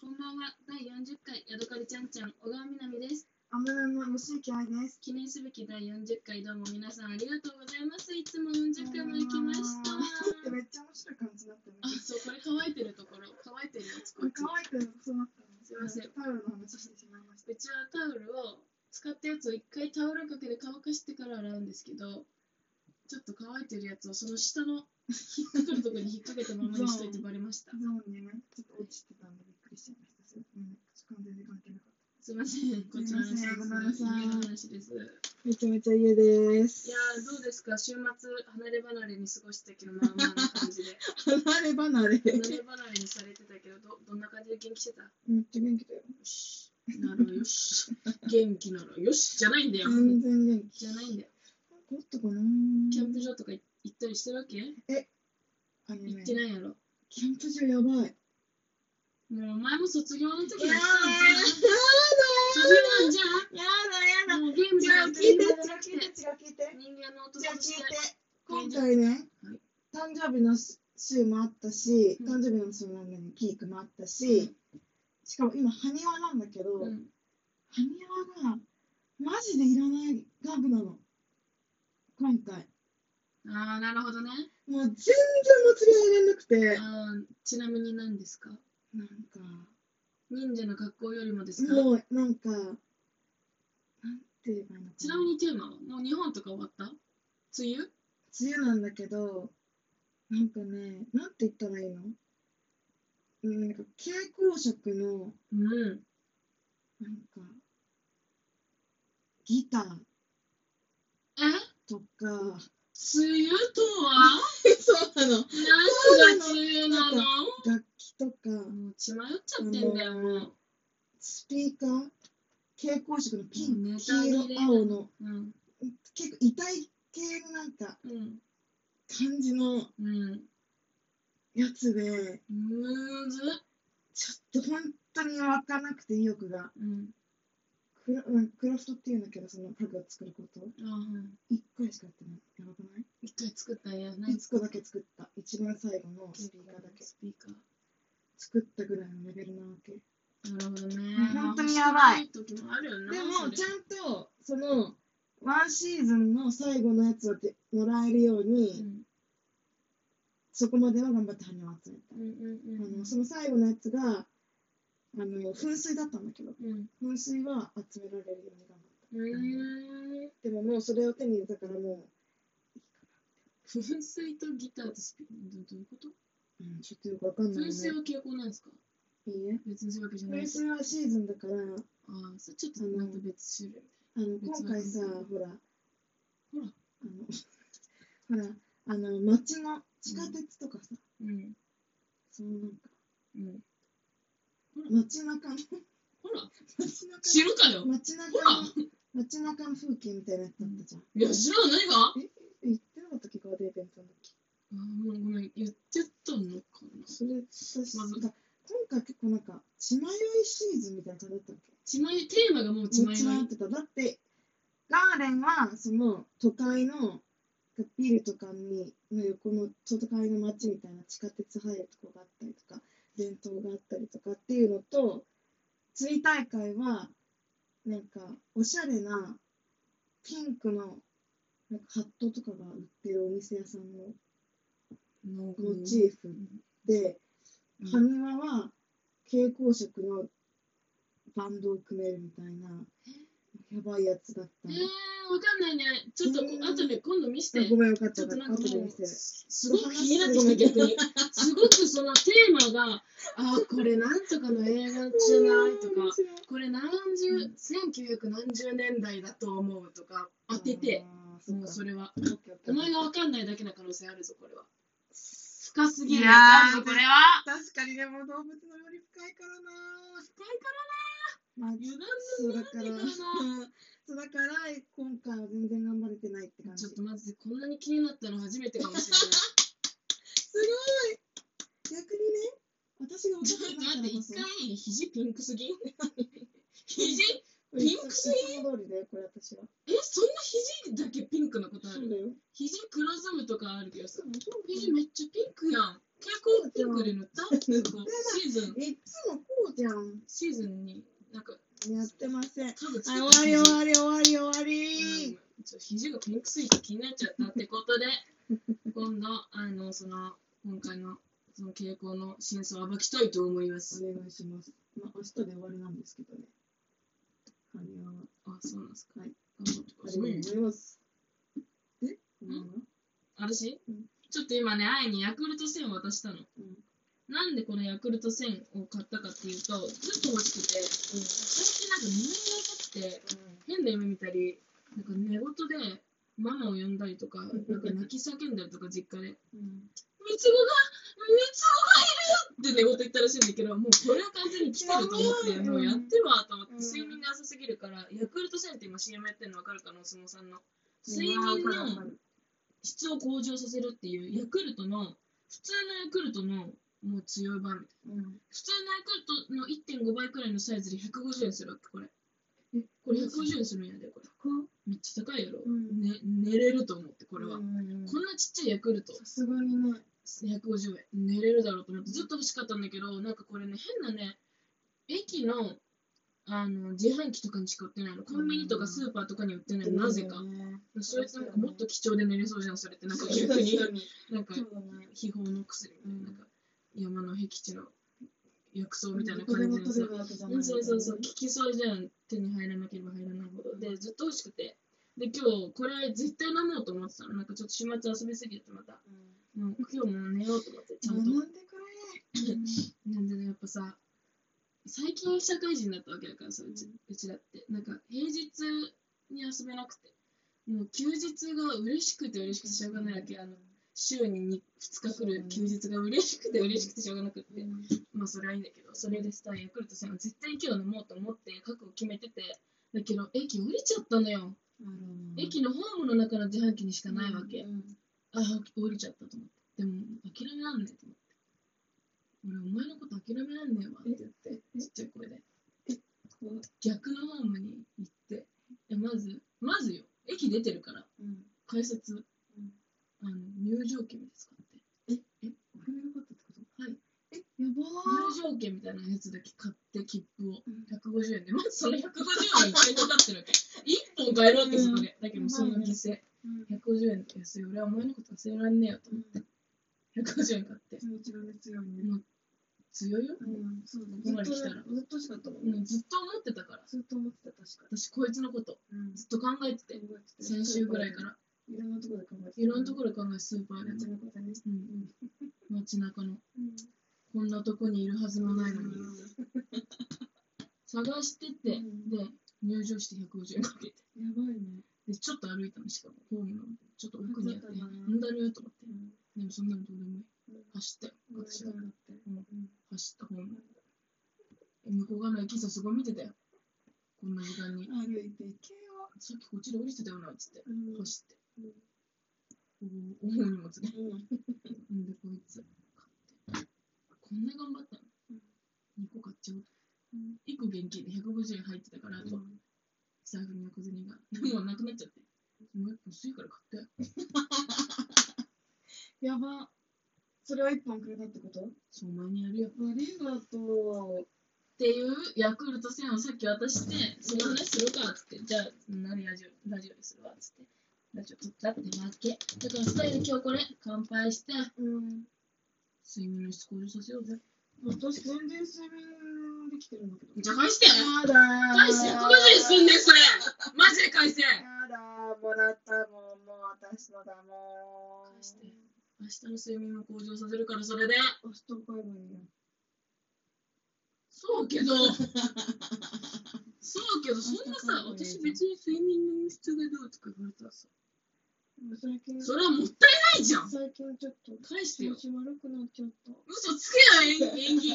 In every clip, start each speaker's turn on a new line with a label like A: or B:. A: こんばんは。第40回ヤドカリちゃんちゃん小川みなみです。
B: アムラの吉行愛です。
A: 記念すべき第40回どうも皆さんありがとうございます。いつも40回も行きま した。
B: でめっちゃ面白い感じになったね
A: あ。、そうこれ乾いてるところ、乾いてるやつ
B: こ
A: こ
B: れ
A: っち。
B: 可愛くそうなったんです
A: すいません
B: タオルの話してしまいました。
A: うちはタオルを使ったやつを一回タオルかけで乾かしてから洗うんですけど、ちょっと乾いてるやつをその下の引っかかるところに引っ掛けたままにしといてバレました
B: ゾ。ーンにね、ちょっと落ちてたんでびっくりしちゃいました。それうん、完全に関係なかっ
A: すいません、こっちの話です。
B: すいませんごめんなさい
A: 家の話です。
B: た。めちゃめちゃ家で
A: い
B: す
A: やーどうですか週末離れ離れに過ごしてたけどまあまあな感じで
B: 離れ 離れ。
A: 離れ離れにされてたけどどどんな感じで元気してたよ
B: めっちゃ元気だよ。
A: しならよし元気ならよしじゃないんだよ
B: 全然元気。
A: じゃないんだよ
B: なんかあったかな
A: キャンプ場とかい行ったりしてるわけ
B: あの
A: 行
B: ね
A: ってないやろ
B: キャンプ場やばい。
A: もうお前も卒業の時に
B: やだ
A: や
B: や
A: 卒業なんじ
B: だや
A: ゃんもうゲーム
B: 違
A: じゃ
B: う
A: なくて人
B: 聞いて違う
A: 間じゃなくて
B: 聞いて違う聞いて。
A: 人間の音
B: じゃあ
A: と
B: 聞
A: し
B: い
A: て
B: て今回ね、
A: はい
B: 誕生日の週もあったし、
A: うん
B: 誕生日のその何ピークもあったし、しかも今埴輪なんだけど、
A: うん
B: 埴輪がマジでいらない額なの今回
A: ああなるほどね
B: もう全然祭り上げれなくて
A: あーちなみに何ですか
B: なん
A: 忍者の格好よりもですか
B: かもうなんかなんて言えばいいのか
A: ちなみにテーマはもう日本とか終わった梅雨
B: 梅雨なんだけどなんかねなんて言ったらいいのうんなんか蛍光色の
A: うん。
B: なんか、ギター
A: え
B: とか、
A: 梅雨とは
B: そうなの。
A: 何が梅雨なの
B: 楽器とか、
A: もう血迷っちゃってんだよ、もう。
B: スピーカー、蛍光色のピン
A: ネ
B: ク、
A: タ
B: 黄
A: 切れ
B: 色、青の、
A: うん。
B: 結構痛い系のなんか、
A: うん。
B: 感じの
A: うん。
B: やつで、
A: むずっ。
B: ちょっと本当に湧かなくて意欲が。
A: うん。
B: クラうんクラフトっていうんだけど、その家具を作ること。
A: あはい。
B: 一回しかやってない。やばくな
A: 一回作ったんやないい
B: 一個だけ作った。一番最後のスピーカーだけ。
A: スピーカー。
B: 作ったぐらいのレベルなわけ。
A: なるほどね。
B: 本当にやばい
A: まあ。欲しくな時もあるよな。
B: で
A: そ
B: も
A: れ
B: ちゃんとそのワンシーズンの最後のやつをてもらえるように、
A: うん。
B: そこまでは頑張って羽を集めた
A: う、んうん
B: あ
A: うん
B: のその最後のやつがあの噴水だったんだけど
A: うん。
B: 噴水は集められるように頑張
A: う
B: っ
A: ーん。
B: たでももうそれを手に入れたからも
A: 噴水とギターとスピーカーどどういうこと
B: う、うん、ちょっとよくわかんない
A: 噴
B: ね
A: 水は傾向なんですか
B: いいね
A: 別にそういうわけじゃない
B: 噴
A: です
B: 水はシーズンだからあ
A: ああ、それちょっとまた別種類。
B: の今回さほ
A: ほ
B: ら
A: ら。
B: あの ほらあの街の地下鉄とかさ、
A: うん。
B: そのなんか
A: うん。
B: 街中 の
A: ほら。
B: 街中の
A: 知るかよ。
B: 街中の
A: ほら
B: 街中の風景みたいなやつだったじゃん。
A: いや、知らないが。あ
B: え言ってなかったっけガーデンイベントの時。
A: もうごめん、言っちゃったのかな。
B: それ私、
A: まず
B: だ今回結構なんか血迷いシーズンみたいな感じだったっけ？
A: 血迷い、テーマがもう血迷い。
B: 迷ってた。だってガーデンはその都会のビルとかにの横の都会の街みたいな地下鉄入るとこがあったりとか伝統があったりとかっていうのと釣り大会はなんかおしゃれなピンクのなんかハットとかが売ってるお店屋さんの
A: の
B: モチーフで
A: うん
B: 埴輪は蛍光色のバンドを組めるみたいなやばいやつだった
A: え
B: の。
A: ー、わかんないね。ちょっと、
B: うん
A: 後で今度見せて。
B: ごめんよかっ
A: ち
B: た
A: ょっと
B: ら
A: なん
B: 後
A: か
B: で
A: も
B: 見せ
A: う、
B: る。
A: すすごく気になってきた、逆に。すごくそのテーマが、あー、これなんとかの映画じゃないとか。これ何十、1900何十年代だと思うとか当てて、
B: あー。
A: もうそ
B: れ
A: れは。
B: お
A: お前が分かんないだけな可能性あるぞ、これは。深すぎる。
B: いやー
A: あるぞこれは。
B: 確かにでも動物のより深いからな
A: 深いか
B: まあ
A: ら油断
B: そうだから、
A: なんでだろ
B: そうだから今回は全然頑張れてないって感
A: な。
B: じ。
A: ちょっ
B: す
A: とマジでこんなに気になったの初めてかもしれない。
B: ごい。逆にね、私が
A: ちょっ
B: 分
A: と
B: かって
A: 待っ
B: な
A: て、
B: いからこ
A: 一
B: そ
A: 回。肘ピンクすぎん肘ピンクす
B: ぎ通りだよこれ私は。
A: え、そんな肘だけピンクなことあ
B: そう
A: る
B: だよ。
A: 肘黒ずむとかあるけどさ。
B: い
A: 肘めっちゃピンクやん。蛍光ピンクで塗ったここシーズン。
B: つもこうそうじゃん。
A: シーズンになんか
B: やってません。あ
A: 多分
B: 終わり
A: り
B: 終わり終わり終わり。
A: ちょっと肘がピンクすぎて気になっちゃったってこと で今度あのその今回のその傾向の真相を暴きたいと思います
B: お願いします。まあ、明日で終わりなんですけどね。羽は
A: あそうなんですか
B: はい
A: 頑張ってください
B: います。えお前は
A: 私、
B: うん
A: ちょっと今ね愛にヤクルト1000を渡したの
B: うん。うん。
A: なんでこのヤクルト1000を買ったかっていうとずっと欲しくて最近なんか眠りが浅くて変な夢見たりなんか寝言でママを呼んだり とかなんか泣き叫んだりとか実家で
B: うん。
A: 「三つ子が三つ子がいる!」って寝言言ったらしいんだけどもうこれは完全に来てると思って
B: やばい
A: もうやってるわと思って
B: うん
A: 睡眠が浅すぎるからヤクルト1000って今 CM やってるの分かるかなお相撲さんの睡
B: 睡
A: 眠
B: 眠
A: の
B: の。
A: 質を向上させるっていうヤクルトの普通のヤクルトのもう強い版みたいな
B: うん。
A: 普通のヤクルトの1.5倍くらいのサイズで150円するわけこれ
B: え、
A: これ150円するんやでこれ
B: こ
A: めっちゃ高いやろ、
B: うん
A: ね、寝れると思ってこ
B: こ
A: れは、
B: うんうん
A: こんなちっちゃいヤクルト
B: さすがにね。
A: 150円寝れるだろうと思ってずっと欲しかったんだけどなんかこれね変なね駅のあの自販機とかにしか売ってないのコンビニとかスーパーとかに売ってないのなぜか、それってなんかもっと貴重で寝れそうじゃんそれってなんか逆になんか
B: そうだね。
A: 秘宝の薬みたいな,、なんか山の僻地の薬草みたいな
B: どこで
A: 感
B: も
A: じの
B: 取
A: さ
B: れるわけじゃない
A: うん、そうそうそう、
B: う
A: 聞きそうじゃん、手に入らなければ入らないほど。で、ずっと欲しくて。で、今日、これ絶対飲もうと思ってたの。なんかちょっと週末遊びすぎてまた。
B: ん。
A: もう今日もう寝ようと思って、ちゃん
B: 学
A: と。
B: んでくれ。
A: なんでね、やっぱさ、最近社会人だったわけだからさ、うち,、
B: う
A: うんちだって。なんか平日に遊べなくて。もう休日が嬉しくて嬉しくてしょうがないわけ。あの週に 2, 日来る休日が嬉しくて嬉しくてしょうがなくって。まあそれはいいんだけど、それでさ、ヤクルトさんは絶対今日飲もうと思って覚悟決めてて、だけど駅降りちゃったのよ。駅のホームの中の自販機にしかないわけ。
B: うん
A: ああ、降りちゃったと思って。でも諦めらんねえと思って。俺、お前のこと諦めらんねえわって言って、ちっちゃい声で。
B: 怖い
A: 逆のホームに行って、でまず、まずよ、駅出てるから、
B: うん。
A: 改札、
B: うん
A: あの入場券みたいなやつ買って。
B: これが良かったっ
A: は
B: てこと
A: い。
B: え、やば
A: 入
B: ー。
A: 場券みたいなやつだけ買って切符を
B: うん
A: 150円でまずその150円 が一回かかってるわけ1本買えるわけそこでだけどもうその犠牲
B: うん
A: 150円って安い俺はお前のこと忘れらんねえよと思
B: うん
A: って150円買って
B: 気持ちがね強いね。
A: もう強いよ
B: うん、そうだね。
A: ここま
B: ずっ
A: で
B: と
A: 来た
B: ず
A: ら
B: っとしかったもん
A: も
B: ね。
A: うずっと思ってたから
B: ずっと思ってた、確か
A: 私こいつのこと
B: に。うん。
A: ずっと考えてて先週ぐらいか。ら
B: いろんなところで考えて
A: いろんなと
B: こ
A: ころで考えてスーパー
B: ろ
A: で
B: で。
A: も
B: 夏のことね。
A: うん街中の
B: うん。
A: こんなとこにいるはずもないのに探してて
B: うん
A: で入場して150円かけて
B: やばいね。
A: で、ちょっと歩いたのしかも、ホームのちょっと奥にあって、
B: あそうだったな
A: なんだろうと思って
B: う、ん。
A: でもそんなのどうでもいい。
B: うん
A: 走ったよ、私は。
B: だって。ん。
A: 走ったホーム。向こう側の駅さ、すごい見てたよ。こんな時間に。
B: 歩いていけよ。
A: さっきこっちで降りてたよな、つって。
B: うん
A: 走って。おお、重い荷物ね。
B: うん。
A: んで、こいつ、買って。こんな頑張ったの
B: うん
A: ?2 個買っちゃおう。
B: うん
A: 1個現金で150円入ってたから、あと、財布の小銭が。でもなくなっちゃって。もう1個薄いから買ったよ。
B: やば。それは一本くれたってこと
A: そう、お前にやるよ。
B: ありがと
A: っていうヤクルト1000をさっき渡して、その話するかっつって、じゃあ、何ラジオラジオでするわっつって、ラジオ撮ったってわけ。だから、二人で今日これ、乾杯して、
B: う。うん。
A: 睡眠の質向上させようぜ。
B: 私、全然睡眠できてるんだけど。
A: じゃあ返して
B: やだー。
A: 返して、150円すんねん、それマジで返せ
B: やだー、もらったもん、もう私のだもん。
A: 返して明日の睡眠を向上させるから、それで。
B: 押しとこえばいいよ。
A: そうけど、そうけど、そんなさ、私別に睡眠の質がどうとか言われたらさ、
B: でも最近、
A: それはもったいないじゃん
B: 最近ちょっと
A: 返して
B: 調
A: よ。
B: 子悪くなっちゃった。
A: 嘘つけよ、演技、演技、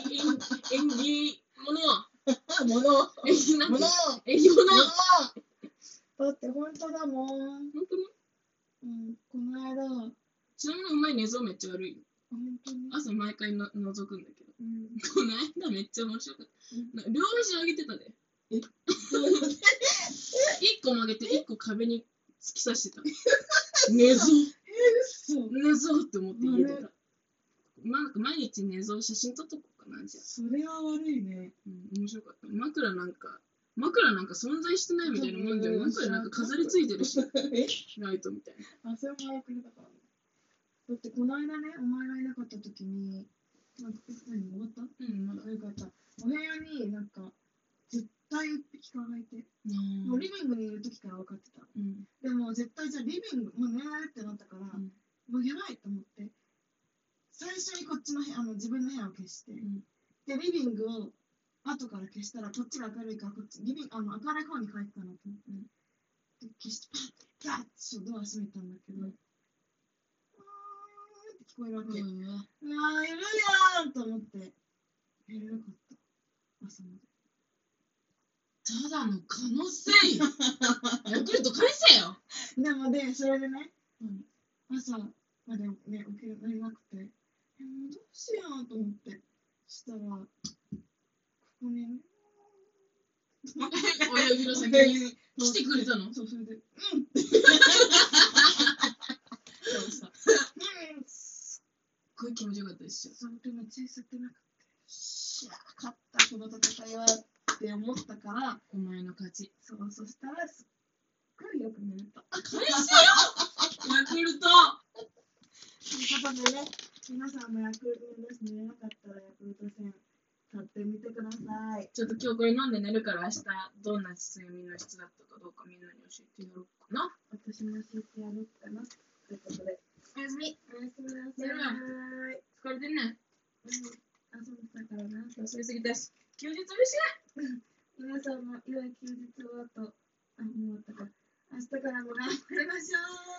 A: 演技、もの。
B: あ、もの、も
A: 演技なん
B: の
A: か、、演技もの。
B: だって本当だもん。
A: 本当に
B: うん、この間、本
A: ちなみにお前寝相めっちゃ悪いよ。
B: 当に。
A: 朝毎回の覗くんだけど。
B: うん、
A: この間めっちゃ面白かった。な両足上げてたで。
B: え
A: 一個曲げて、一個壁に突き刺してた。寝相、
B: そう。
A: 寝相って思って家出た。まあ、毎日寝相写真撮っとこうかなじゃあ、
B: それは悪 いね。
A: うん、面白かった枕なんか枕なんか存在してないみたいなもんじゃん枕なんか飾りついてるし
B: え
A: ライトみたいな
B: あ、それも早くれたからね。だって、この間ね、お前がいなかった時に、なんか、え何終わった
A: うんまだ
B: あよかった。お部屋になんか、絶対一匹蚊がいて、もうリビングにいる時から分かってた。
A: うん
B: でも、絶対じゃあリビング、もう寝られるってなったから、
A: うん
B: もうやばいと思って、最初にこっちの部屋、あの自分の部屋を消して、
A: ん
B: で、リビングを後から消したら、こっちが明るいから、こっち、リビング、あの明るい方に帰ったなと思って、で消して、 パッ、パッってドア閉めたんだけ
A: う
B: ど、うんーんって聞こえるわけ。う
A: うわ
B: わー、いるやんと思って、寝れなかった。朝まで。
A: ただの可能性ヤクルト返せよ
B: でもで、それでね、
A: うん
B: 朝までね、起きれなくて、え、もうどうしようと思って、そしたら、ここにね、
A: 親指の先に
B: に
A: 来てくれたの
B: そう、それで、うんって、
A: でもさ
B: うんそ
A: すっごい気持ちよかったでしょ
B: う、でも小さくなくて、しゃあ、勝った、この戦いはって思ったから、
A: お前の勝ち
B: そう、そしたら、すっごいよく寝れた。
A: 返せよヤクルト
B: ということでね、皆さんもヤクルトですね、寝れなかったらヤクルト戦、買ってみてください。
A: ちょっと今日これ飲んで寝るから明日どんな睡眠の質だったかどうかみんなに教えてやろうかな
B: 私も教えてやろうかな。ということで。
A: おやすみ
B: おやすみなさ
A: 寝
B: い。
A: ろよ
B: はい。
A: 疲れてんね
B: 遊んだからな。
A: 休みすぎたし休日嬉しい
B: 皆さんも良い休日をあと、あ、もう終わったか。明日からも頑張りましょ う。